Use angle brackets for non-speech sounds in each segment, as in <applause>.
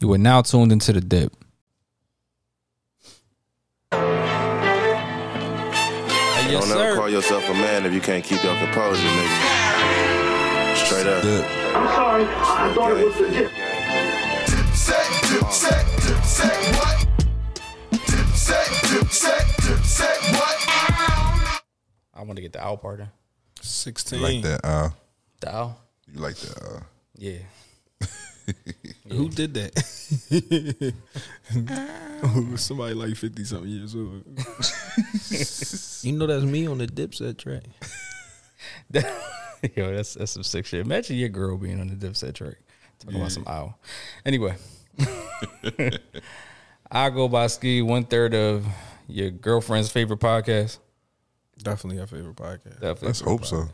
You are now tuned into the dip. Hey, yes, Don't ever sir. call yourself a man if you can't keep your composure, nigga. Straight up. Dip. I'm sorry. I, I thought it was the dip. I want to get the owl part in. 16. You like that? Uh, The owl? you like that? Uh, Yeah. <laughs> Who did that? Oh, <laughs> Somebody like 50 something years old. you know that's me on the dipset track. Yo, that's that's some sick shit. Imagine your girl being on the Dipset track. Talking about some owl. Anyway, <laughs> I go by ski one third of your girlfriend's favorite podcast. Definitely our favorite podcast. Definitely. let's hope so.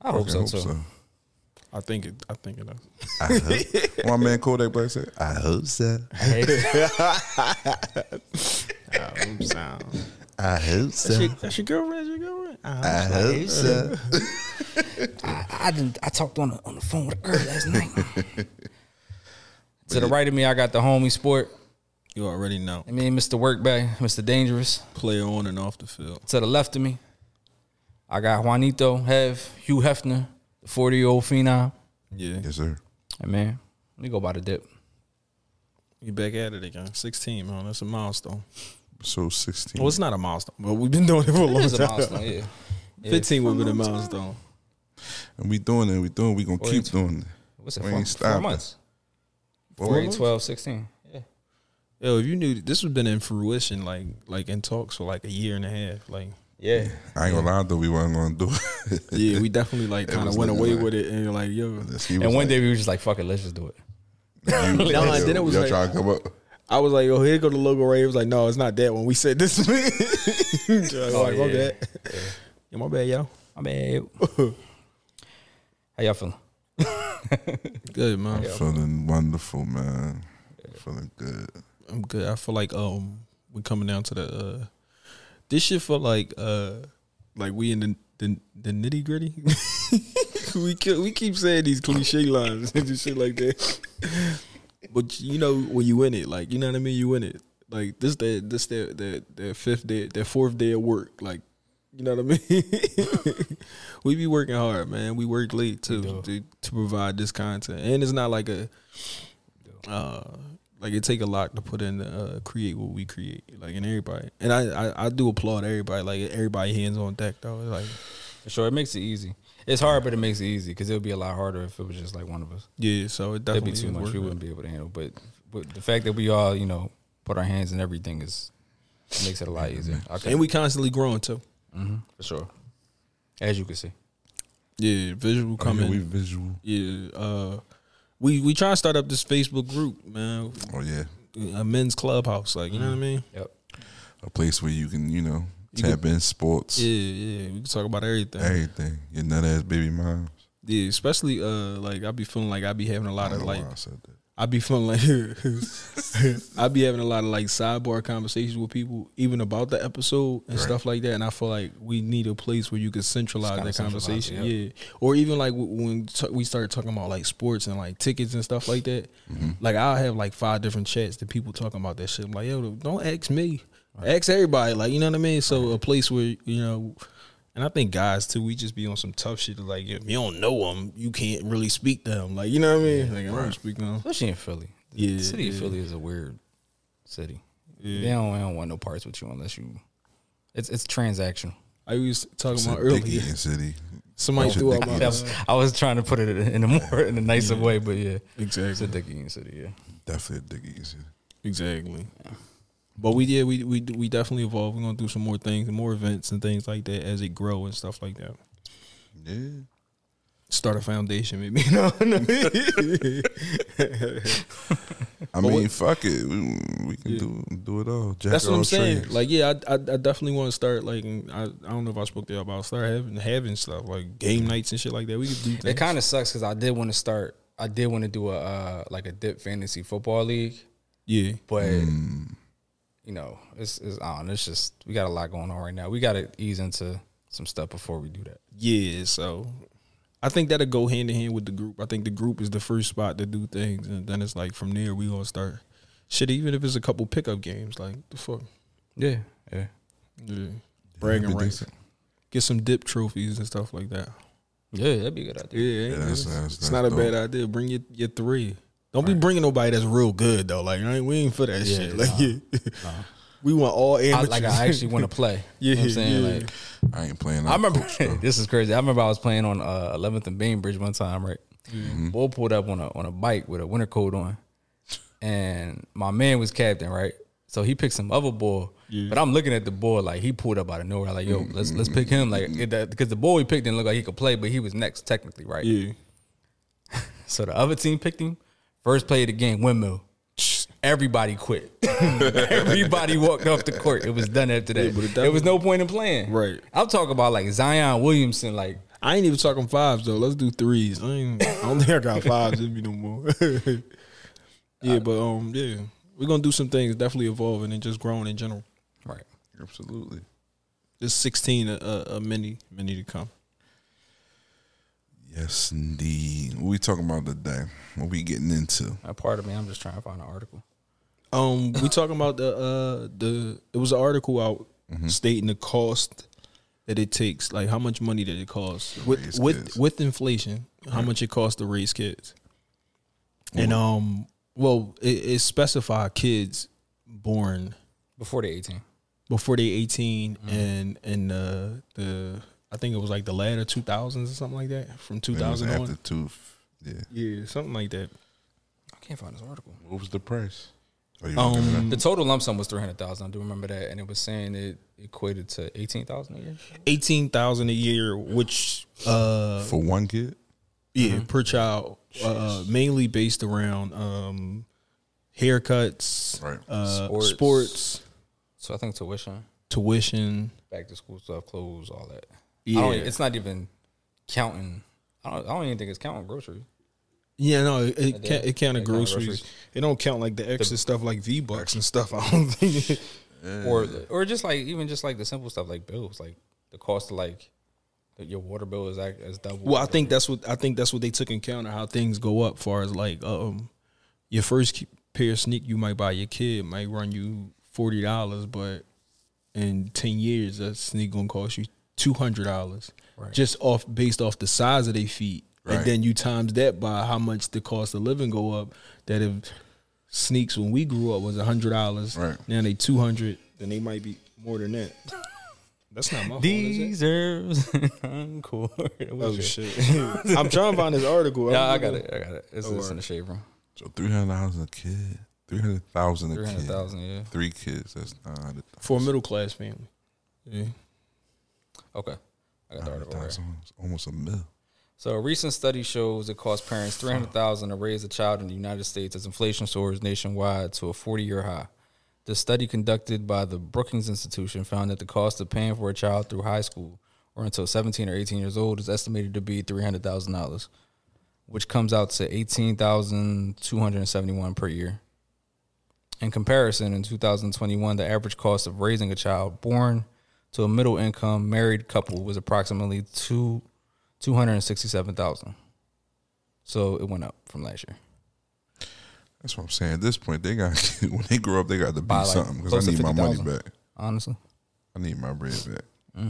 I hope so Hope too. so. I think it. I think it. Is. My man Kodak Black said, "I hope so. Hey, Sound. I hope so. That's your girlfriend. That's your girlfriend. I hope so." I didn't. I talked on the, on the phone with a girl last night. <laughs> to the right of me, I got the homie sport. You already know. I mean, Mr. Workbag, Mr. Dangerous. Play on and off the field. To the left of me, I got Juanito, Hev, Hugh Hefner, the 40 year old phenom. Yeah. Yes, sir. Hey, man, we go by the dip. You back at it again. 16, man. That's a milestone. So sixteen. Well, it's not a milestone, but we've been doing it for a long <laughs> It's a time. milestone, yeah. 15 would have been a milestone. and we doing it. We doing. We gonna Oh, keep 42. doing it. What's it, We four, ain't four stopping. months? Four Four, eight, months? 12, 16. Yo, if you knew this has been in fruition, like like in talks for like a year and a half, like Yeah. I ain't gonna lie though. We weren't gonna do it. <laughs> yeah, we definitely like kind of was went looking away like- with it, and you're like, yo, He And one was <laughs> like, day we were just like, fuck it, let's just do it. you, No, and then it was y'all like- trying to come up. I was like, yo, here go the logo right. It was like, no, it's not that one. We said this. <laughs> oh, like, my yeah. bad. Yeah, my bad, yo. My bad. How y'all feeling? Good man, Feeling wonderful, man. Feeling good. I'm good. I feel like um we coming down to the uh this shit feel like uh like we in the the, the nitty gritty. <laughs> we ke- we keep saying these cliche lines and just shit like that, but you know when you in it, like you know what I mean, you in it. Like this day, this their their their fifth day, their fourth day of work. Like you know what I mean. <laughs> we be working hard, man. We work late to, to to provide this content, and it's not like a uh like it take a lot to put in to uh, create what we create like in everybody and I, I i do applaud everybody like everybody hands on deck though It's like For sure, it makes it easy. It's hard, but it makes it easy because it would be a lot harder if it was just like one of us. yeah so it That'd definitely be too is much. worth We it. wouldn't be able to handle. But, but the fact that we all, you know, put our hands in everything is it makes it a lot easier. Okay, and we constantly growing too for sure. Mm-hmm. As you can see, yeah visual I mean, we coming visual. yeah uh we we try to start up this facebook group man Oh yeah, a men's clubhouse like you know what i Mm. mean yep. a place where you can you know tap in sports, yeah yeah we can talk about everything everything. Your nut ass baby moms. yeah especially uh like i be feeling like i be having a lot I of don't know why like I said that. I be feeling like <laughs> I be having a lot of like sidebar conversations with people, even about the episode and stuff like that. And I feel like we need a place where you can centralize kinda that centralize it, conversation, yeah. yeah. Or even like w- when t- we start talking about like sports and like tickets and stuff like that. Mm-hmm. Like I'll have like five different chats that people talking about that shit. I'm like, yo, don't ask me, ask everybody. Like you know what I mean. So a place where you know. And I think guys too, we just be on some tough shit. Like if you don't know them, you can't really speak to them. Like you know what I mean? Like I don't speak to them. especially in Philly. The Yeah, city of yeah. Philly is a weird city. They, don't, they don't want no parts with you unless you. It's it's transactional. I was talking It's about a earlier. dick eating city. Somebody It's a threw out dick my eating That was- I was trying to put it in a more in a nicer way, but yeah, it's a exactly, dick eating city. Yeah, Definitely a dick eating city. exactly. But we yeah we we we definitely evolve. We're gonna do some more things, more events and things like that as it grow and stuff like that. Yeah. Start a foundation, maybe. <laughs> No, <laughs> no. I mean, fuck it. We, we can do do it all. Jack That's all what I'm saying. trades. Like yeah, I I, I definitely want to start like and I, I don't know if I spoke to you about start having having stuff like game nights and shit like that. We could do things. it kind of sucks because I did want to start. I did want to do a uh, like a dip fantasy football league, yeah but you know, it's it's on. It's just we got a lot going on right now. We got to ease into some stuff before we do that. yeah. So I think that'll go hand in hand with the group. I think the group is the first spot to do things, and then it's like from there we gonna start shit. Even if it's a couple pickup games, like the fuck, Yeah, yeah. yeah. bragging That'd be rights, decent. get some dip trophies and stuff like that. Yeah, that'd be a good idea. Yeah, that's- it's, that's- it's that's not a dope. bad idea. Bring your, your three. Don't be bringing nobody that's real good though. Like I ain't, we ain't for that Yeah, shit. Like nah, <laughs> yeah. we want all I, amateurs. like I actually want to play. you know what I'm <laughs> Yeah, saying? yeah. Like I ain't playing. I remember <laughs> this is crazy. I remember I was playing on uh, 11th and Bainbridge one time, right? Mm-hmm. Boy pulled up on a on a bike with a winter coat on, and my man was captain, right? So he picked some other boy, but I'm looking at the boy like he pulled up out of nowhere. Like yo, let's let's Mm-hmm. pick him, like because the boy we picked didn't look like he could play, but he was next technically, right? yeah. So the other team picked him. First play of the game, windmill. Everybody quit. <laughs> Everybody walked off the court. It was done after that. but it there was no point in playing. Right. I'm talking about like Zion Williamson, like I ain't even talking fives though. Let's do threes. I, ain't, I don't think I got fives in me no more. <laughs> yeah, but um, yeah, we're gonna do some things definitely evolving and just growing in general. right. Absolutely. There's 16 a, a, a many many to come. Yes, indeed. What we talking about today? What we getting into? A part of me, I'm just trying to find an article. Um, we talking about the uh the it was an article out Mm-hmm. stating the cost that it takes, like how much money that it costs with raise with kids. with inflation, how much it costs to raise kids. And um, well, it, it specify kids born Before the 18. before they 18 Mm-hmm. and and uh, the I think it was like the latter 2000s or something like that from It was 2000 after on. two. f- Yeah. Yeah, something like that. I can't find this article. What was the price? Oh, you looking it up? Um, The total lump sum was 300,000. I do remember that. And it was saying it equated to 18,000 a year. 18,000 a year which uh for one kid. yeah, per child uh, mainly based around um haircuts, Right. uh sports, Sports. So I think tuition, tuition. back to school stuff, clothes, all that. I Yeah. don't, e, it's not even counting. I don't, I don't even think it's counting groceries. Yeah, no, it, it can't. It counted It counted groceries. groceries. It don't count like the extra stuff like V bucks and stuff. <laughs> I don't think. it- or or just like even just like the simple stuff like bills, like the cost of like the, your water bill is act as double. Well, I think that's what I think that's what they took in account of how things go up. Far as like um, your first ki- pair of sneak you might buy your kid might run you forty dollars, but in ten years that sneak gonna cost you two hundred dollars, just off based off the size of their feet, Right. and then you times that by how much the cost of living go up. That if sneaks when we grew up was hundred dollars, Right. now they two hundred, then they might be more than that. That's not my fault, is it? deserves <laughs> encore. Oh shit! <laughs> I'm trying to find this article. Yeah, I don't got know. it. I got it. It's, it's in the shade room. So three hundred dollars a kid. Three hundred thousand a Three kid. hundred thousand. Yeah. Three kids. That's nine hundred for a middle class family. Yeah. Okay. I got the article. right. thousand. It's almost a mil. So a recent study shows it costs parents three hundred thousand to raise a child in the United States as inflation soars nationwide to a forty year high. The study conducted by the Brookings Institution found that the cost of paying for a child through high school or until seventeen or eighteen years old is estimated to be three hundred thousand dollars, which comes out to eighteen thousand two hundred and seventy one per year. In comparison, in 2021, the average cost of raising a child born to a middle income married couple was approximately two two hundred and sixty seven thousand. So it went up from last year. That's what I'm saying. At this point, they got <laughs> when they grow up, they got to be By, like, something close because I to need my money 50,000. back. Honestly, I need my bread back.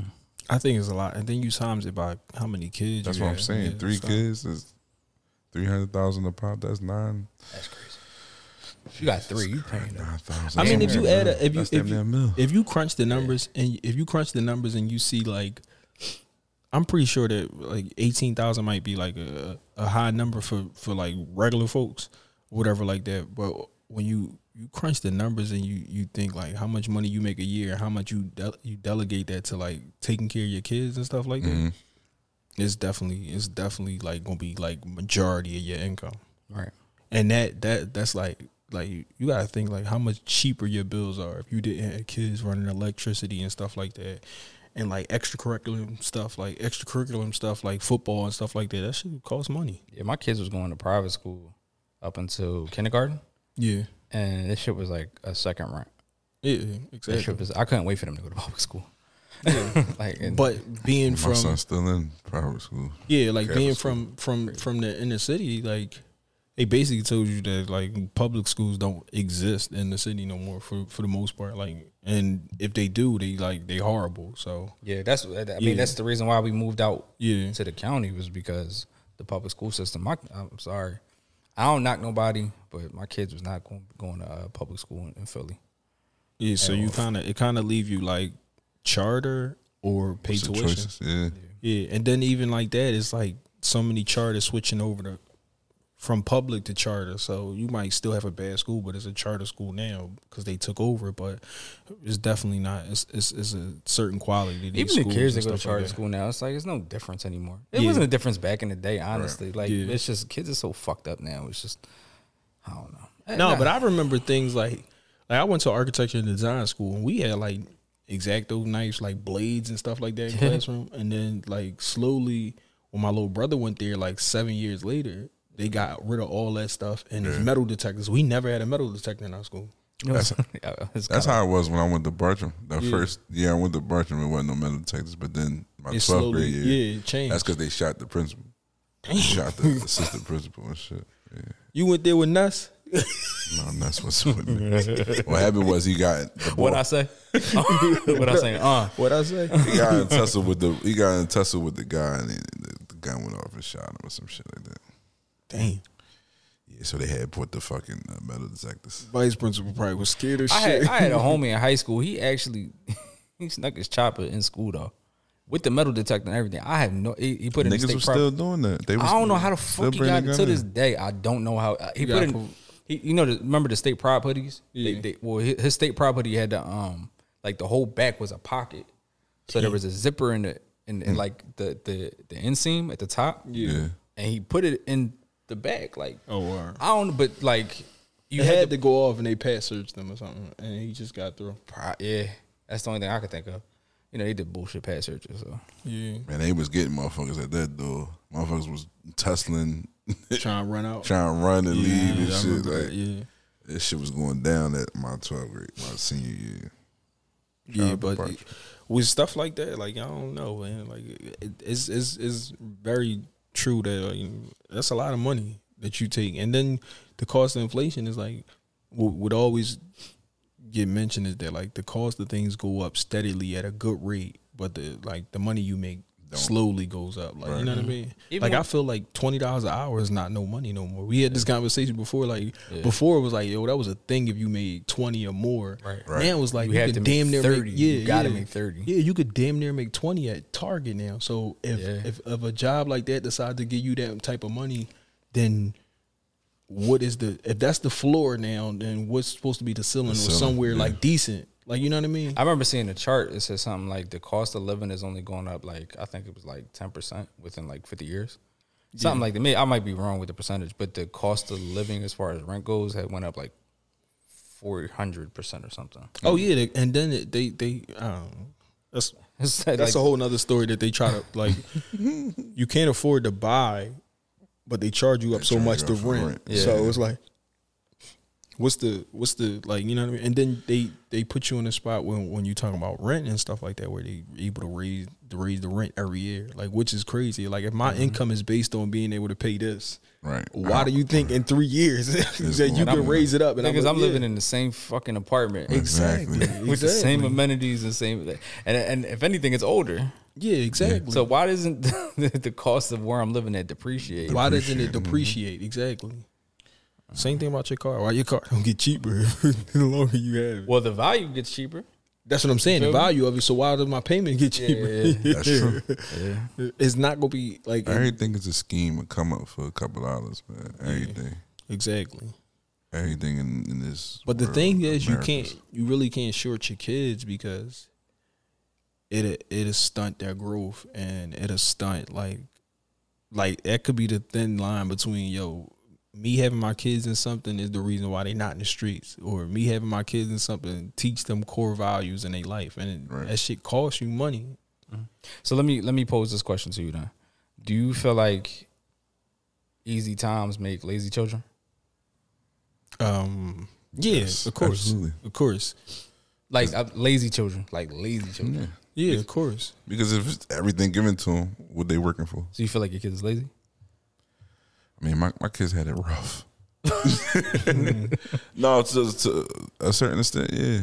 I think it's a lot. And then you times it by how many kids. That's you what I'm have. saying. Yeah, Three so- kids is three hundred thousand a pop. That's nine that's crazy. You got three. You paying them. nine thousand. I mean, if you add, it, a, if you that's if damn near a you, mil. if you crunch the numbers and if you crunch the numbers and you see like, I'm pretty sure that like eighteen thousand might be like a a high number for for like regular folks, whatever like that. But when you you crunch the numbers and you you think like how much money you make a year, how much you de- you delegate that to like taking care of your kids and stuff like that. It's definitely it's definitely like gonna be like majority of your income Right. and that that that's like like you gotta think like how much cheaper your bills are if you didn't have kids running electricity and stuff like that and like extracurriculum stuff like extracurriculum stuff like football and stuff like that that should cost money Yeah, my kids was going to private school up until kindergarten, yeah and this shit was like a second rent. yeah This shit exactly was, I couldn't wait for them to <laughs> go to public school. <laughs> like, and But being My from son's still in private school. yeah, like Yeah, being that's from from from the inner city, like they basically told you that like public schools don't exist in the city no more for for the most part. Like, and if they do, they like they horrible. So yeah, that's. I mean, Yeah. that's the reason why we moved out yeah, to the county was because the public school system. My, I'm sorry, I don't knock nobody, but my kids was not going, going to uh, public school in, in Philly. yeah. So you kind of it kind of leave you like charter or pay Some tuition. choices, yeah. Yeah, and then even like that, it's like so many charters switching over to from public to charter. So you might still have a bad school, but it's a charter school now because they took over. But it's definitely not. It's it's, it's a certain quality. To these Even the schools kids and that go to stuff like charter that. school now, it's like it's no difference anymore. It Yeah. wasn't a difference back in the day, honestly. Like Yeah. it's just kids are so fucked up now. It's just I don't know. Eh, No, nah, <laughs> but I remember things like like I went to architecture and design school, and we had like exacto knives, like blades and stuff like that in classroom. And then like slowly, when my little brother went there, like seven years later, they got rid of all that stuff and it's metal detectors. We never had a metal detector in our school. That's, Yeah, it's that's kinda- how it was when I went to Bartram. That first, yeah, I went to Bartram. It wasn't no metal detectors, but then my It 12th slowly, grade year, yeah, it changed. that's because they shot the principal. They shot the assistant principal and shit. Yeah. you went there with Nuss. No, and that's what's what, <laughs> what happened was he got the what boy- I say. what I say. Uh, <laughs> What I say? <laughs> he got in tussle with the he got in tussle with the guy and then the, the gun went off and shot him or some shit like that. Damn, Yeah, so they had put the fucking uh, metal detectors. vice principal probably was scared of I had shit. I had a homie in high school. He actually <laughs> he snuck his chopper in school though, with the metal detector and everything. I have no. He, he put it in Niggas state was property. still doing that. They was I don't know how the still fuck he bringing got the it gun to in. this day. I don't know how uh, he put gotta in. put- He, you know, the, remember the state pride hoodies? Yeah. They, they, well, his, his state pride hoodie had the um, like the whole back was a pocket, so there was a zipper in the in, in like the the the inseam at the top. Mm. Yeah. and he put it in the back. Like Oh, word. I don't, but like you It had, had the to go off and they pass searched them or something, and he just got through. pri- yeah. That's the only thing I could think of. You know, they did bullshit pass searches. So <laughs> Yeah, Man, they was getting motherfuckers at that door. Motherfuckers was tussling, <laughs> trying to run out. trying to run and leave and I shit. remember Like that, yeah. this shit was going down at my 12th grade, my senior year. Yeah, out to but Bartram. with stuff like that, like I don't know, man. Like it, it's it's it's very true that like, that's a lot of money that you take, and then the cost of inflation is like what would always get mentioned is that like the cost of things go up steadily at a good rate, but the like the money you make slowly goes up. Like you know what I mean? like I feel like twenty dollars an hour is not no money no more. We had this conversation before, like before it was like, yo, that was a thing if you made twenty or more. Right. Right. Now it's like You you, had could to make damn near 30. Make, yeah, You gotta yeah. make 30. Yeah, you could damn near make twenty at Target now. So if Yeah. if, if a job like that decides to give you that type of money, then what is the if that's the floor now? Then what's supposed to be the ceiling or ceiling, somewhere yeah. like decent? Like you know what I mean? I remember seeing a chart. It said something like the cost of living is only going up like I think it was like ten percent within like fifty years, something like that. May I might be wrong with the percentage, but the cost of living as far as rent goes had went up like four hundred percent or something. <laughs> oh yeah, they- and then it, they they um, that's It's like- that's like- a whole nother story that they try <laughs> to like. you can't afford to buy, but they charge you up so charge much you to up for rent. rent. So it's like, what's the what's the like you know what I mean? And then they they put you in a spot when when you talking about rent and stuff like that, where they able to raise to raise the rent every year, like which is crazy. Like if my income is based on being able to pay this. Mm-hmm. Right. Why do you think in three years <laughs> that you going can up. raise it up? And because I'm like, living yeah, in the same fucking apartment <laughs> exactly, <laughs> Exactly. with the exactly. same amenities and same and and if anything, it's older. Yeah, exactly. So why doesn't <laughs> the, cost of where I'm living at depreciate? Why doesn't it depreciate? Exactly. Same thing about your car. Why your car don't get cheaper <laughs> the longer you have it? Well, the value gets cheaper. That's what I'm saying. The value of it. So why does my payment get cheaper? That's true. <laughs> It's not gonna be like Everything is a scheme and come up for a couple dollars, man. Everything. exactly. Everything in, in this. But the world, thing is, you America's- can't. You really can't short your kids because it it is stunt their growth and it is stunt like like that could be the thin line between yo me having my kids in something is the reason why they're not in the streets or me having my kids in something teach them core values in their life and Right. that shit costs you money. So let me let me pose this question to you then. Do you feel like easy times make lazy children? Um yes, of course. absolutely. Of course. Like uh, lazy children, like lazy children. Yeah, of course. Because if it's everything given to them, what they working for? So you feel like your kid is lazy? I mean, my, my kids had it rough. <laughs> no, to, to a certain extent, yeah,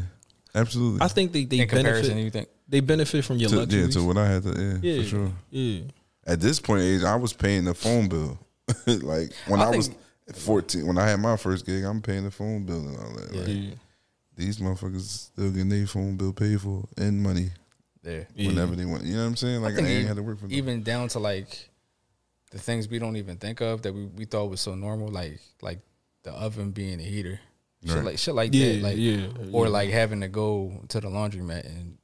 absolutely. I think they, they In comparison, benefit. you think They benefit from your to, yeah, luxuries. to what I had to, yeah, yeah, for sure. yeah. At this point in age, I was paying the phone bill. <laughs> like when I I, was fourteen, when I had my first gig, I'm paying the phone bill and all that. Like, yeah. these motherfuckers still getting their phone bill paid for and money there? whenever they want. You know what I'm saying? Like I, think ain't e- had to work for them. even down to like the things we don't even think of that we, we thought was so normal, like like the oven being a heater, shit Right. like shit like Yeah, that, like yeah, or yeah. like having to go to the laundromat and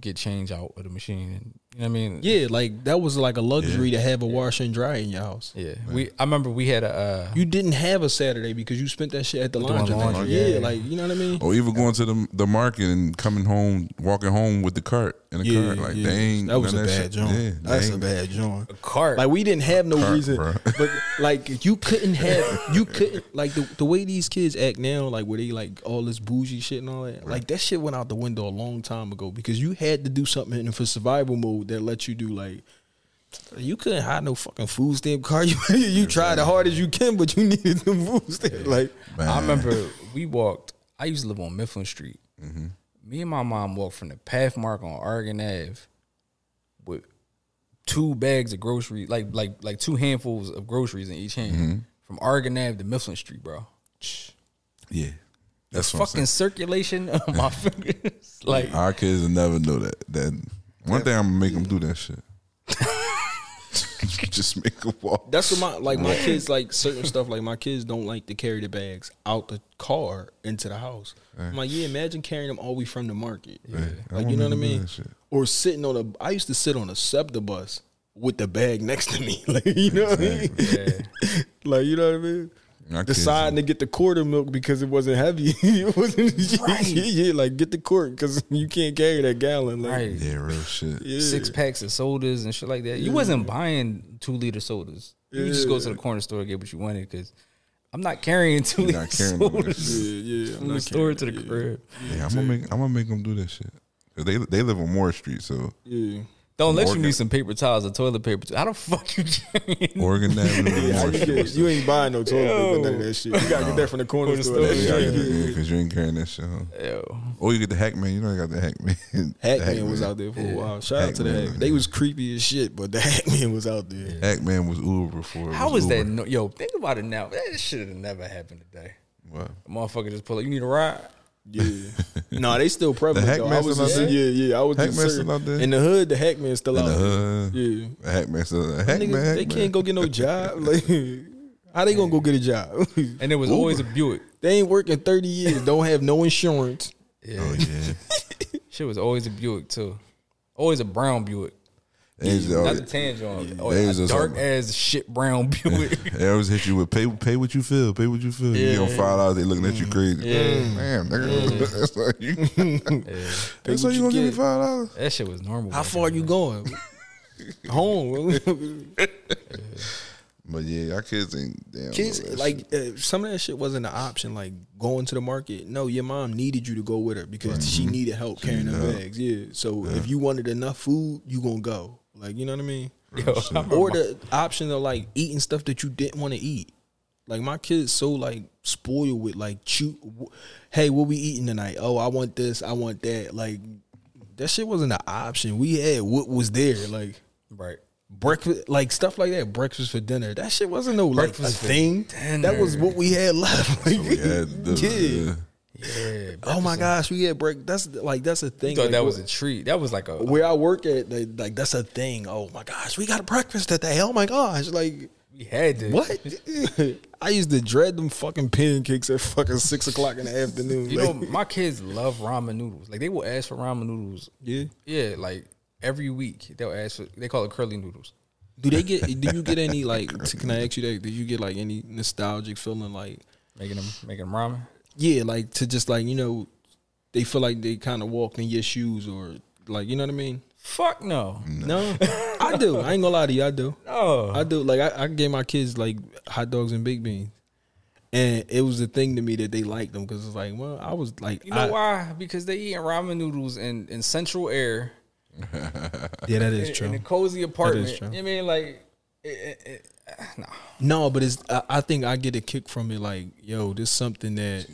get change out of the machine. And, you know what I mean? Yeah, like that was like a luxury to have a wash and dry in your house. yeah. We I remember we had a uh, You didn't have a Saturday because you spent that shit at the laundry. laundry, Oh, yeah, yeah. like you know what I mean. Or even going to the the market and coming home, walking home with the cart in the cart. Like they ain't that was a none bad shit- joint. Yeah, That's they a ain't- bad joint. cart. Like we didn't have no Cart, reason, bruh. but like you couldn't have you couldn't like the, the way these kids act now, like where they like all this bougie shit and all that. Like that shit went out the window a long time ago because you had to do something in- for survival mode that let you do like you couldn't hide no fucking food stamp card. <laughs> You you tried the hardest you can, but you needed the food stamp. Like Man. I remember we walked. I used to live on Mifflin Street. Me and my mom walked from the Pathmark on Oregon Ave with two bags of groceries, like like like two handfuls of groceries in each hand, Mm-hmm. from Oregon Ave to Mifflin Street, bro. Yeah, that's what I'm Fucking circulation on my <laughs> fingers, like saying. Our kids will never know that. That one thing I'm gonna make them do <laughs> that shit. <laughs> Just make them walk. That's what my like my kids like certain stuff like my kids don't like to carry the bags out the car into the house. I'm like, yeah, imagine carrying them all the way from the market. I Like you wouldn't know what I do mean? that shit. Or sitting on a I used to sit on a SEPTA bus with the bag next to me. <laughs> Like you know what I mean? like you know what I mean? My kids- Deciding to get the quarter milk because it wasn't heavy. <laughs> it wasn't yeah, <laughs> yeah, like get the quart because you can't carry that gallon. Like right. Yeah, real shit. yeah. Six packs of sodas and shit like that. You wasn't buying two liter sodas. You just go to the corner store and get what you wanted because I'm not carrying <laughs> 2 You're liter not carrying them. sodas Yeah, yeah. I'm from not the store carrying to the it, yeah. crib. Yeah, I'm gonna make I'm gonna make them do that shit. 'Cause They they live on Moore Street, so Yeah. Don't let you Morgan. need some paper towels or toilet paper. T- How the fuck you <laughs> carrying? <laughs> Oregon Avenue. <laughs> Yeah, Yeah, how you, Street. get, you ain't buying no toilet paper, none of that shit. You gotta get that from the corner store. Yeah, That you shit. gotta get that, yeah, Cause you ain't carrying that shit home. Yo. Or you get the Hackman. You know they got the Hackman. <laughs> Hackman was out there for a while. Shout out to the Hackman. Hackman. They was creepy as shit, but the <laughs> Hackman was out there. Hackman was Uber before. it How was that? Uber. No, yo, think about it now. That should have never happened today. Wow. A motherfucker just pull up. You need a ride? <laughs> Yeah. no, they still prevalent. The though. I Hackman was still just, out there? yeah, yeah. I was just Hackman certain- still out there? In the hood, the Hackman still In out the there. hood. Yeah. Uh-huh. Hackman. So uh, Hackman. Niggas, they Hackman. can't go get no job. <laughs> Like, how they gonna go get a job? <laughs> And it was always a Buick. they ain't working thirty years. Don't have no insurance. <laughs> Oh yeah. Shit was always a Buick too. Always a brown Buick. They Not the always- tan joint. Oh, They was a just dark like- ass shit brown Buick. they always hit you with pay pay what you feel, pay what you feel. You on five dollars, they looking at you crazy. Man, nigga, <laughs> that's like <laughs> you. That's how what you you gonna give me get. five dollars? that shit was normal. How back far then. you <laughs> going? <laughs> Home. But yeah, our kids ain't damn. Kids know that like uh, some of that shit wasn't an option. Like going to the market. No, your mom needed you to go with her because she needed help carrying her bags. Yeah. So if you wanted enough food, you gonna go. Like you know what I mean. Yo, I remember Or the option of like eating stuff that you didn't want to eat. Like my kids so like spoiled with like chew. Hey, what we eating tonight? Oh, I want this. I want that. Like that shit wasn't an option. We had what was there. Like <laughs> Right. breakfast, like stuff like that, breakfast for dinner. That shit wasn't no like a Breakfast for thing. That was what we had <laughs> left. Like, <laughs> <laughs> We had to do it, yeah. yeah. Yeah. Oh my gosh, we had break. That's like that's a thing. You thought Like, that was a wh- treat. That was like a. where I work at. They, like that's a thing. Oh my gosh, we got a breakfast today. Oh my gosh, like We had to. <laughs> what? I used to dread them fucking pancakes at fucking six o'clock in the afternoon. You know, like, my kids love ramen noodles. Like they will ask for ramen noodles. yeah. Yeah, like every week they'll ask for. They call it curly noodles. Do they get? Do you get any like? t- Can I ask you that? Did you get like any nostalgic feeling like? Making them making them ramen. yeah, like to just like you know, they feel like they kind of walked in your shoes or like you know what I mean. Fuck no. No, <laughs> I do. I ain't gonna lie to you. I do. No. I do. Like I, I gave my kids like hot dogs and baked beans, and it was the thing to me that they liked them because it's like, well, I was like, You know I, why? Because they eating ramen noodals in in central air Yeah, that in, is in a true. cozy apartment. true. You mean like it, it, it, No, but it's. I, I think I get a kick from it. Like, yo, this something that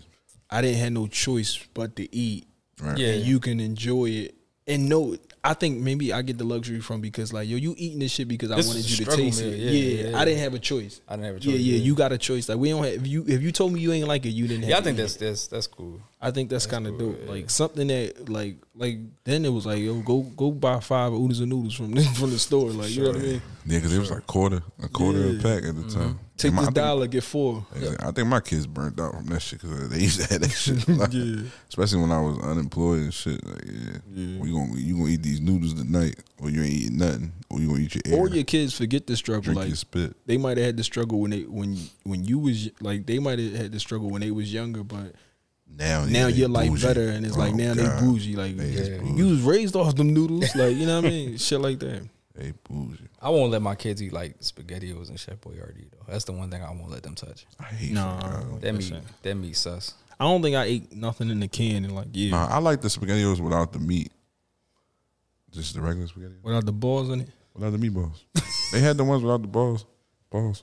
I didn't have no choice but to eat. yeah, and you you can enjoy it and know I think maybe I get the luxury from because like yo, you eating this shit because This I wanted is a you to struggle taste meal. it. Yeah, Yeah, yeah, yeah. I didn't have a choice. I didn't have a Yeah, choice, yeah, yeah. you got a choice. Like we don't have if you if you told me you ain't like it, you didn't. Have yeah, I to think eat that's it. that's that's cool. I think that's, kind of dope. Like something that like like then it was like yo, go go buy five oodles and noodles from <laughs> from the store. Like you know what I mean? Yeah, because it was like quarter, a quarter of a pack at the time. Mm-hmm. Take And my- this I think- dollar, get four. Exactly. I think my kids burnt out from that shit because they used to have <laughs> that shit. a lot. <laughs> Especially when I was unemployed and shit. Like, yeah, Well, you gonna you gonna eat these noodles tonight, or you ain't eating nothing, or you gonna eat your air, Or your kids forget the struggle. drink like your spit. they might have had the struggle when they when when you was like they might have had the struggle when they was younger, but Now, now they your life bougie. better, and it's like Oh, now God. they bougie. Like They is bougie. you was raised off them noodles, like you know what I <laughs> mean, shit like that. They bougie. I won't let my kids eat like spaghettios and Chef Boyardee though. That's the one thing I won't let them touch. I hate Nah, shit, God. That meat, Listen. that meat sus. I don't think I ate nothing in the can and like yeah, Nah, I like the spaghettios without the meat. Just the regular spaghettios without the balls in it. without the <laughs> meatballs. they had the ones without the balls. Balls.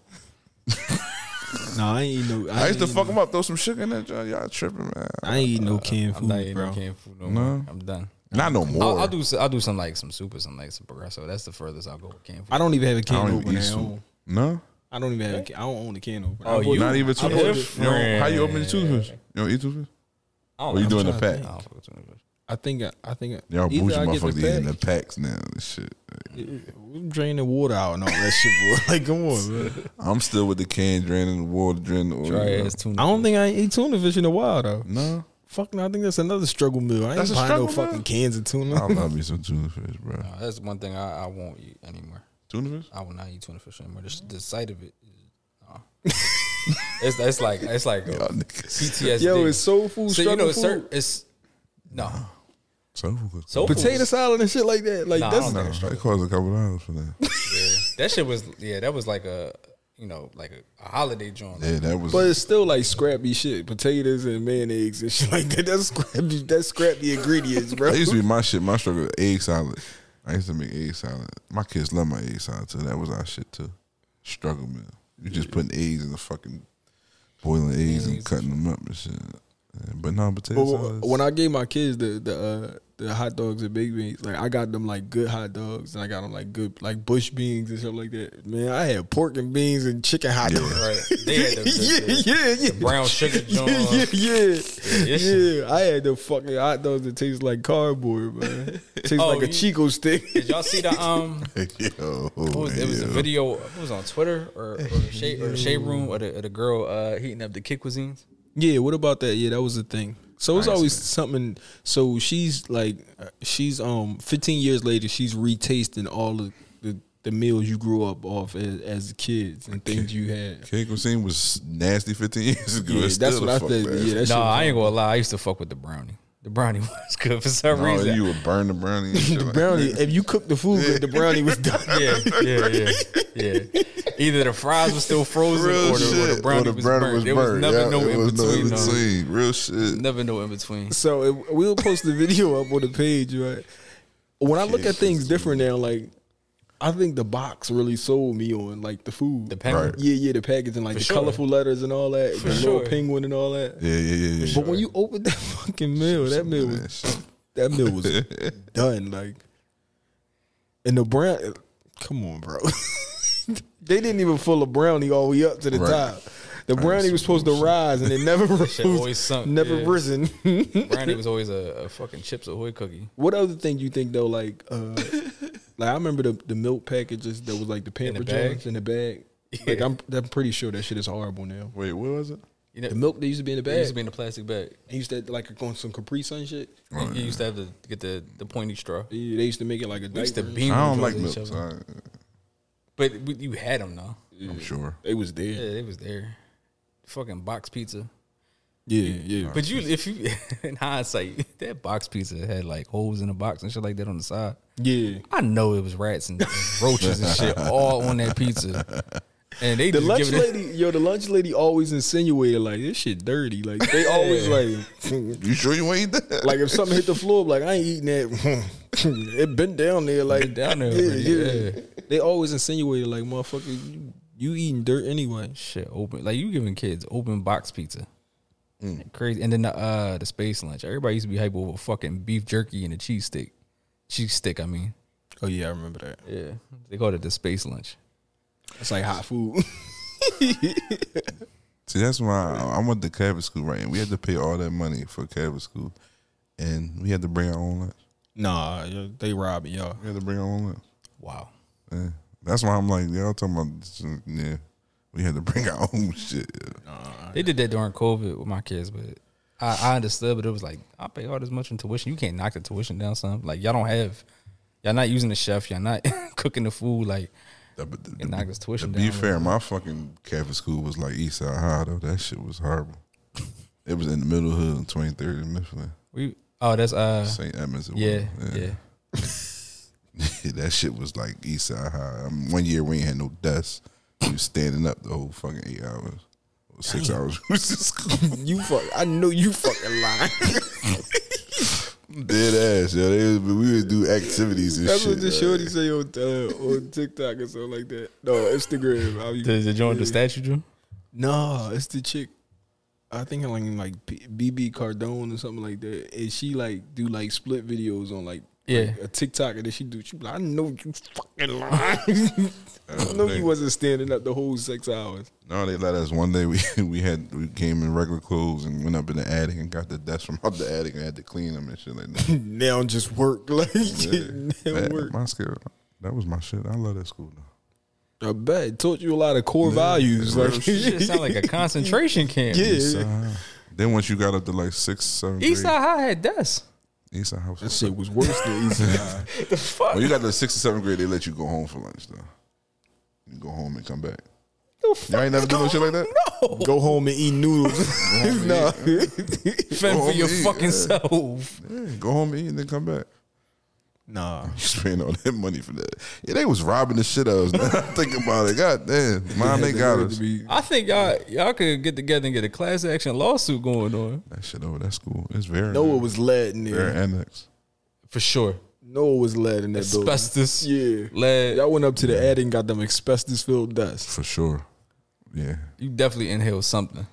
Nah, I ain't eat no. I, I used to ain't eat no- fuck Uh, them up, throw some sugar in that. joint. Y'all tripping, man. I ain't eat no canned I'm not food, eating bro. canned food no more. I'm done. Not no more. I'll, I'll do s- I'll do some like some soup or something like some progresso. That's the furthest I'll go with canned food. I don't even have a I can don't even opener eat at soup. home. No. I don't even have. A can. I don't own a can opener. Oh, I you- bought- Not even I bought toothfish. it- You don't- How you open the toothfish? You don't eat toothfish? I don't Or you know. doing Oh, I'm trying to the pack? I don't fuck with tuna fish. I think. I, I <laughs> think. I- Y'all either bougie I get motherfuckers eating the pack- packs now. and Shit. We Drain the water out and all that shit, boy. <laughs> Like, come on, man. I'm still with the can draining the water, draining the oil. Dry bro. ass tuna. I don't think I ain't eat tuna fish in a while though. No, Fuck no, I think that's another struggle meal. I ain't That's a buying no struggle meal? fucking cans of tuna. I love me some tuna fish, bro. Uh, that's one thing I, I won't eat anymore. Tuna fish? I will not eat tuna fish anymore. The, the sight of it, <laughs> uh, it's it's like it's like a Y'all niggas. PTSD. Yo, it's soul food, So you know, struggle it's, food. cer- it's no So soul food potato was- salad and shit like that. Like Nah, I that's don't No, think it's it cost a couple dollars for that. That shit was yeah. That was like a you know like a, a holiday joint. Like, Yeah, that was. but it's still like scrappy shit. Potatoes and mayonnaise and <laughs> shit like that. That's scrappy that's scrappy ingredients, bro. that used to be my shit. My struggle. Egg salad. I used to make egg salad. My kids love my egg salad too. That was our shit too. Struggle meal. You just putting eggs in the fucking boiling eggs and cutting them up and shit. Yeah, But no potato But salad. when I gave my kids the the uh, the hot dogs and baked beans, like I got them like good hot dogs and I got them like good like bush beans and stuff like that. Man, I had pork and beans and chicken hot dogs. right. They had the, <laughs> yeah, the, yeah, yeah. the brown sugar joint. <laughs> yeah, yeah, yeah, it's- yeah. I had the fucking hot dogs that taste like cardboard, <laughs> man. Tastes Oh, like a you- Chico <laughs> stick. Did y'all see the um? <laughs> yo, What was, it was a yo. video. It was on Twitter or, or <laughs> the shade or the shade room or the, or the girl uh, heating up the kid cuisines. yeah, what about that? Yeah, that was a thing. So it's always something. So she's like, uh, she's um, 15 years later, she's retasting all of the, the meals you grew up off as, as kids and things you had. Cake scene was nasty 15 years ago. Yeah, It's that's still what the I fuck said. bad. Yeah, that's No, I ain't gonna lie. I used to fuck with the brownie. The brownie <laughs> was good for some No, reason. Oh, <laughs> you would burn the <laughs> brownie. And shit the like brownie. that. If you cooked the food, good, the brownie was done. <laughs> yeah, yeah, yeah, yeah. Either the fries were still frozen Real or the, or the shit. brownie was burnt. there was burnt. never Yeah, no there in was no between. in no. between. Real shit. Never no in between. So it, we'll post the video up on the page, right? When I look at things different now, like I think the box really sold me on like the food. The penguin. Right. yeah, yeah, the packaging, like For the sure. colorful letters and all that, the sure. little penguin and all that. Yeah, yeah, yeah, yeah. But when you open that <laughs> fucking meal, that meal was shit. that meal <laughs> was done. Like, and the brown, come on, bro. <laughs> they didn't even fill a brownie all the way up to the Right. top. The brownie that's was supposed to bullshit. rise, and it <laughs> never rose, shit always sunk, never yeah. risen. <laughs> Brandy was always a, a fucking chips ahoy cookie. What other thing you think though? Like, uh, like I remember the, the milk packages that was like the the Pamper bag? Jones in the bag. Like I'm, I'm pretty sure that shit is horrible now. Wait, what was it? You know, The milk that used to be in it the bag, used to be in the plastic bag. they used to like on some Capri Sun shit. You- You used to have to get the, the pointy straw. Yeah, they used to make it like a We used to diaper. beam. I don't them like towards milk. each So other. I, But we, you had them though. I'm sure. They was there. Yeah, they was there. Fucking box pizza. Yeah, yeah. But you, if you, <laughs> in hindsight, <laughs> that box pizza had like holes in the box and shit like that on the side. yeah. I know it was rats and, <laughs> and roaches and shit all on that pizza. And they The just lunch give it. lady, yo, the lunch lady always insinuated like this shit dirty. <laughs> Like they always like, You sure you ain't that? like if something hit the floor, like I ain't eating that. <laughs> it been down there like Been down there Yeah, already, yeah. yeah. They always insinuated like motherfucker, you, you eating dirt anyway. Shit, open like you giving kids open box pizza. Mm. Crazy. And then the uh the space lunch. Everybody used to be hype over fucking beef jerky and a cheese stick. Cheese stick, I mean. Oh yeah, I remember that. Yeah. They called it the space lunch. It's like hot food. <laughs> See, that's why I, I went to Catholic school, right? And we had to pay all that money for Catholic school, and we had to bring our own lunch. nah, yo, they robbing y'all. <laughs> We had to bring our own lunch. Wow. Yeah. That's why I'm like, y'all talking about, this, uh, yeah, we had to bring our own shit. yeah. They did that during COVID with my kids, but I, I understood, but it was like, I pay all this much in tuition. You can't knock the tuition down, son. Like y'all don't have y'all not using the chef, y'all not <laughs> cooking the food, like The- but the- It knocked his tuition To be down a fair, my fucking Catholic school was like Eastside High though. That shit was horrible. It was in the middle hood on 23rd and Mifflin, we oh that's uh St. Edmunds. it was. yeah, yeah. <laughs> that shit was like Eastside High. I mean, one year we ain't had no dust. We was standing up the whole fucking eight hours, or six hours. <laughs> We was in school. You fuck. I know you fucking lying. Dead ass, yo. They was, we would do activities and That's shit. what the like- shorty say on uh, on TikTok or something like that. No, Instagram. How you- Did you join the Yeah. statue, <laughs> Drew? No, it's the chick. I think her name like P- BB Cardone or something like that. And she like do like split videos on like Yeah. like, a TikTok and then she do she be like, I know you fucking lying. I know you wasn't standing up the whole six hours. No, they let us. One day we <laughs> we had we came in regular clothes and went up in the attic and got the dust from up the attic and had to clean them and shit like that. Now just work <laughs> like <laughs> now That- work. my skill. That was my shit. I love that school <laughs> though. I bet it taught you a lot of core values. Like It sound like a concentration camp. <laughs> yeah. <laughs> Eastside. Uh-huh. Then once you got up to like six, seven, Eastside High had dust. grade, Eastside House. That shit was worse <laughs> than easy. When you got to sixth or seventh grade, they let you go home for lunch though. You go home and come back. Y'all ain't never do no shit like that. <laughs> Go home and eat noodles. <laughs> no. Fend Oh, for Homie, your fucking yeah. self. Yeah, go home and eat and then come back. <laughs> nah. You spend all that money for that. Yeah, they was robbing the shit out of us. <laughs> Now I think about it. <laughs> God damn, mom, they got us. I think y'all y'all could get together and get a class action lawsuit going on That shit over that school. It's very No, it was lead in very there. annex. for sure. No, it was lead in that building. Asbestos, Yeah. lead. Y'all went up to the attic and got them asbestos filled dust. For sure. Yeah. You definitely inhale <laughs> something.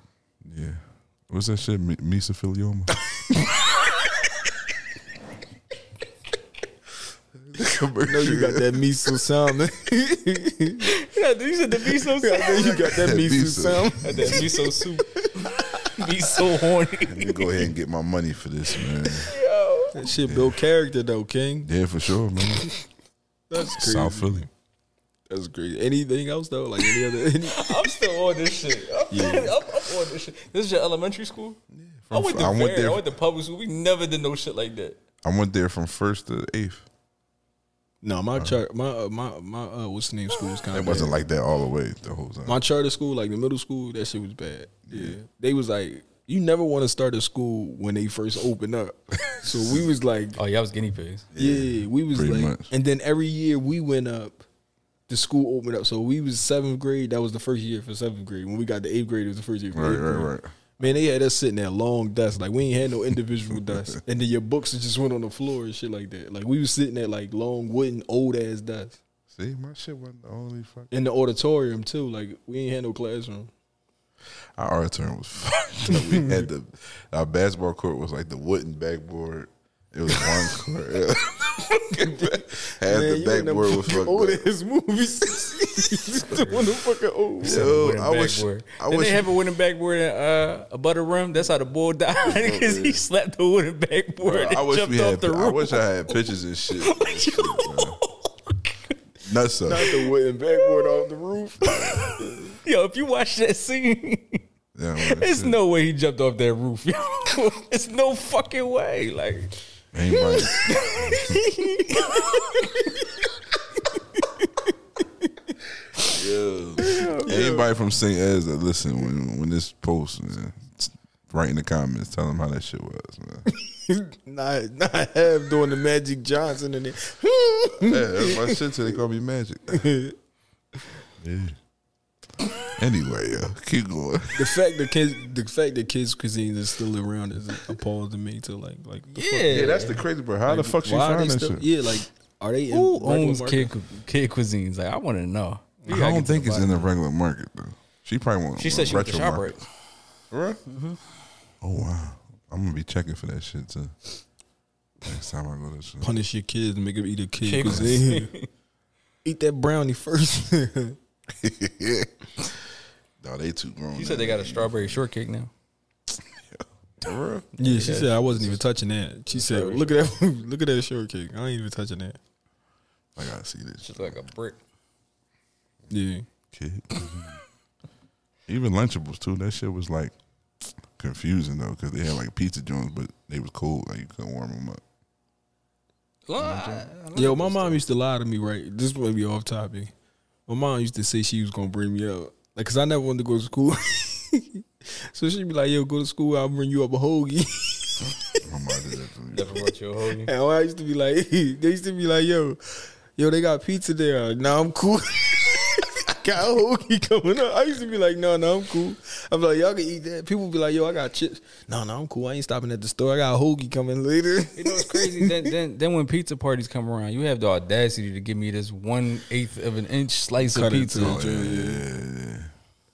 Yeah. What's that shit? <laughs> Me- mesothelioma? No, you got that measles sound. <laughs> you Yeah, you said the miso soup. got that measles Measles. sound. that miso soup. <laughs> Be so horny. Let me go ahead and get my money for this, man. That shit built character though, King. Yeah, for sure, man. That's crazy. South Philly. That's crazy. Anything else though? Like any other? <laughs> Any, I'm still on this shit. I'm, <laughs> I'm, I'm on this shit. This is your elementary school. I went to I I went there- I went to public school. We never did no shit like that. I went there from first to eighth. no, my char- my uh, my my uh, what's the name school was kind It of wasn't like Uh-huh. that all the way the whole time. my charter school, like the middle school. That shit was bad. Yeah, they was like. You never want to start a school when they first open up. <laughs> So we was like, Oh yeah, I was guinea pigs. Yeah, we was pretty like, much. and then every year we went up. The school opened up, so we was seventh grade. That was the first year for seventh grade. When we got to eighth grade, it was the first year. For Right, eighth right, grade. right. Man, they had us sitting there long dust. Like we ain't had no individual <laughs> dust, and then your books just went on the floor and shit like that. Like we was sitting there like long wooden old ass dust See, my shit wasn't the only fuck. in the auditorium too. Like we ain't had no classroom. Our auditorium was <laughs> fucked. up. we had the our basketball court was like the wooden backboard. It was one court. <laughs> Half the you in them backboard was fucking old fucked up. ass movies. Doing the fucking <laughs> old. Yo, Wooden I wish, backboard. I Did wish they have a wooden backboard and uh, a butter rum? That's how the boy died because <laughs> he slapped the wooden backboard Oh, Bro, <laughs> and I wish jumped we off had. the I roof. <laughs> wish I had pictures and shit. <laughs> Nuts up. Not the wooden backboard off the roof. Yo, if you watch that scene, Yeah, man, <laughs> it's shit. no way he jumped off that roof. yo. <laughs> it's no fucking way. Like <laughs> Anybody- Anybody from St. Ed's that listen when when this post, man, t- write in the comments, tell them how that shit was, man. not not have doing the Magic Johnson and it. <laughs> yeah, that's my shit till they call me Magic. yeah. Anyway, yeah, keep going. The fact that kids, the fact that kids' cuisine is still around is appalling to me. To like, like, the Yeah. fuck- Yeah, that's the crazy part. How the fuck she why are find they that still? shit? Yeah, like, are they? in Who regular owns market? kid, cu- kid cuisines? Like, I want to know. We I gotta don't get to think the it's bottom. in the regular market though. She probably won't. She said she went to shop right. Oh wow, I'm gonna be checking for that shit too. Next time I go to shop. Punish your kids, and make them eat a kid, Kid cuisine. <laughs> eat that brownie <laughs> first. no, they too grown. She said they got a strawberry shortcake now. a. Yeah, she said I wasn't even touching that. She said, "Look at that, <laughs> look at that shortcake. I ain't even touching that." I gotta see this She's like a brick. Yeah, kid. <laughs> Even Lunchables too. That shit was like confusing though because they had like pizza joints, but they was cold. Like you couldn't warm them up. yo, my mom used to lie to me. Right, this might be off topic. My mom used to say she was gonna bring me up, like, cause I never wanted to go to school. <laughs> so she'd be like, "Yo, go to school. I'll bring you up a hoagie." <laughs> My mom did that to me. Never brought you a hoagie. And I used to be like, <laughs> they used to be like, "Yo, yo, they got pizza there. Now I'm cool." <laughs> I Got a hoagie coming up. I used to be like, no, no, I'm cool. I'm like, y'all can eat that. People be like, yo, I got chips. No, no, I'm cool. I ain't stopping at the store. I got a hoagie coming later. <laughs> You know it's crazy. then, then, then when pizza parties come around, you have the audacity to give me this one eighth of an inch slice of Cut it pizza. too. Yeah, yeah, yeah.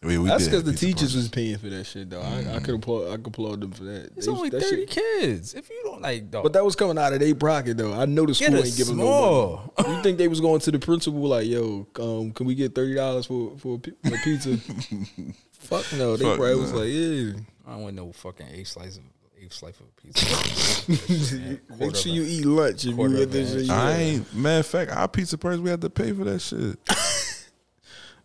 Wait, we That's did because have the pizza teachers parties. was paying for that shit, though. I, I could applaud, I could applaud them for that. It's They- only that thirty shit- kids. If you don't like, dog, But that was coming out of their pocket, though. I know the Get school a ain't giving small. no money. <laughs> You think they was going to the principal like, yo, um, can we get thirty dollars for for a pi- for pizza? Fuck no. They Fuck probably no. was like, yeah. I don't want no fucking eighth slice of eighth slice of pizza. Man, Make quarter sure of you it. eat lunch if quarter you get of this an shit. I ain't. Matter of fact, our pizza parties we had to pay for that shit.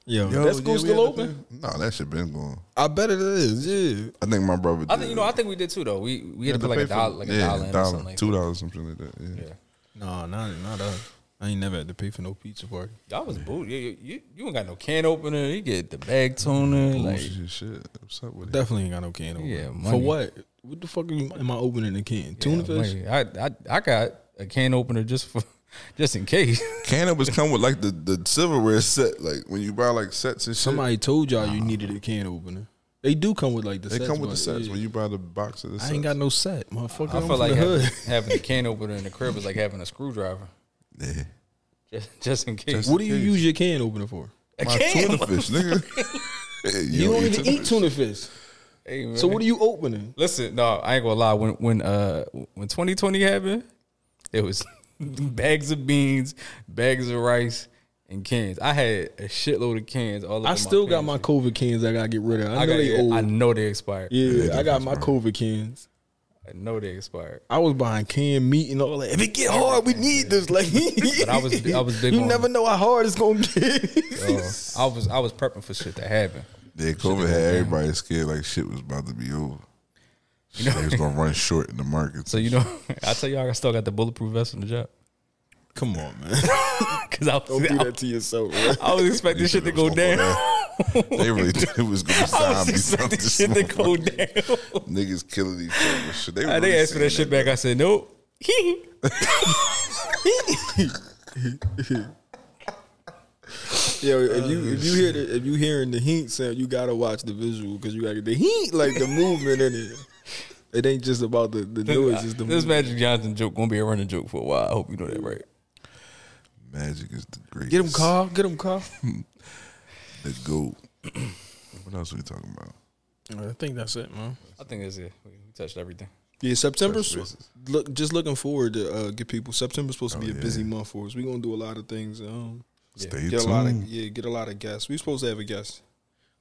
Yo, Yo, that school's yeah, we still had to open? pay- No, that shit been going. I bet it is. Yeah. I think my brother. Did. I think you know. I think we did too though. We we had to put like pay a for- dollar, like a yeah, dollar, in or something like two dollars, something like that. Yeah. Yeah. No, not not us. I ain't never had to pay for no pizza party. Y'all was booed. You, you, you, you ain't got no can opener. You get the bag tuner. Like, Bullshit and shit. What's up with it? Definitely ain't got no can opener. Yeah, For money. what? What the fuck are you, am I opening a can? Tuna Yeah, fish? like, I, I I got a can opener just for <laughs> just in case. Cannabis come with like the, the silverware set. Like when you buy like sets and shit, Somebody told y'all you needed a can opener. They do come with like the they sets. come with the but, sets yeah. when you buy the box of the I sets. ain't got no set, <laughs> motherfucker. I feel I'm from like the having, hood. having a can opener in the crib is like having a screwdriver yeah. just just in case. What do you use your can opener for? a My can. tuna fish, nigga. Hey, You, don't, even eat tuna fish. Hey, So man. what are you opening? Listen, no, I ain't gonna lie. When when uh when 2020 happened, it was <laughs> bags of beans, bags of rice, and cans. I had a shitload of cans. All over I still got my pantry. COVID cans I gotta get rid of. I, I know got. they old. I know they expired. yeah, I got my COVID cans. I know they expired. I was buying canned meat and all that. If it get hard, we need this. Like, but I was- I <laughs> was big You on- never know how hard it's gonna get. Uh, I was I was prepping for shit that happened. Yeah, COVID had everybody scared like shit was about to be over. Shit, they was gonna run short in the market. So you know, <laughs> I tell y'all, I still got the bulletproof vest from the job <laughs> Come on, man. because I was <laughs> Do that to yourself. I was expecting shit to go down. <laughs> They really thought it was <laughs> gonna I was zombie something. expecting shit to go down. Niggas killing each other. Shit, they, And really Uh, they asked for that shit saying back. I said nope. Yo, if you if you hear the, if you hearing the heat sound, you gotta watch the visual because you gotta get the heat like the movement in it. It ain't just about the the noise, it's the this movement. Magic Johnson joke gonna be a running joke for a while. I hope you know that, right? Magic is the greatest. Get him, Carl. Get him, Carl. The goat. <clears throat> what else we talking about? I think that's it, man. I think that's it. We we touched everything. Yeah, September's Touch bases. look just looking forward to uh, get people. September's supposed to be a yeah. busy month for us. We're gonna do a lot of things. Um, Stay Oh, get a tuned. lot of yeah, get a lot of guests. We supposed to have a guest,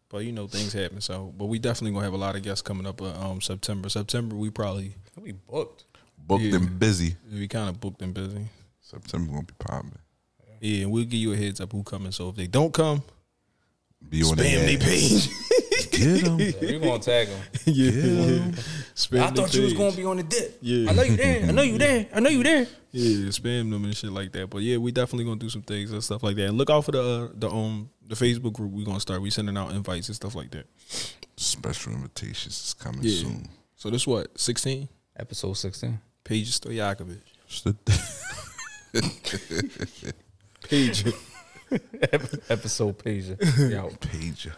but you know things happen. So, but we definitely gonna have a lot of guests coming up. Uh, um, September, September, we probably We booked. Booked and busy. we kind of booked and busy. September gonna be popping. Yeah, and we'll give you a heads up who coming. So if they don't come, Be spam on they the page. Get them. You gonna tag him? <laughs> yeah, spam. I thought they you was page. gonna be on the dip. Yeah. I know you there. I know <laughs> you there. I know you there. Yeah, spam them and shit like that. But yeah, we definitely gonna do some things and stuff like that. And look out for the uh, the um the Facebook group we gonna start. We sending out invites and stuff like that. Special invitations is coming Yeah. soon. So this what sixteen Episode sixteen. Paige Stojakovic. It's the- Paige. <laughs> <laughs> Episode Pager. Yeah. Pager.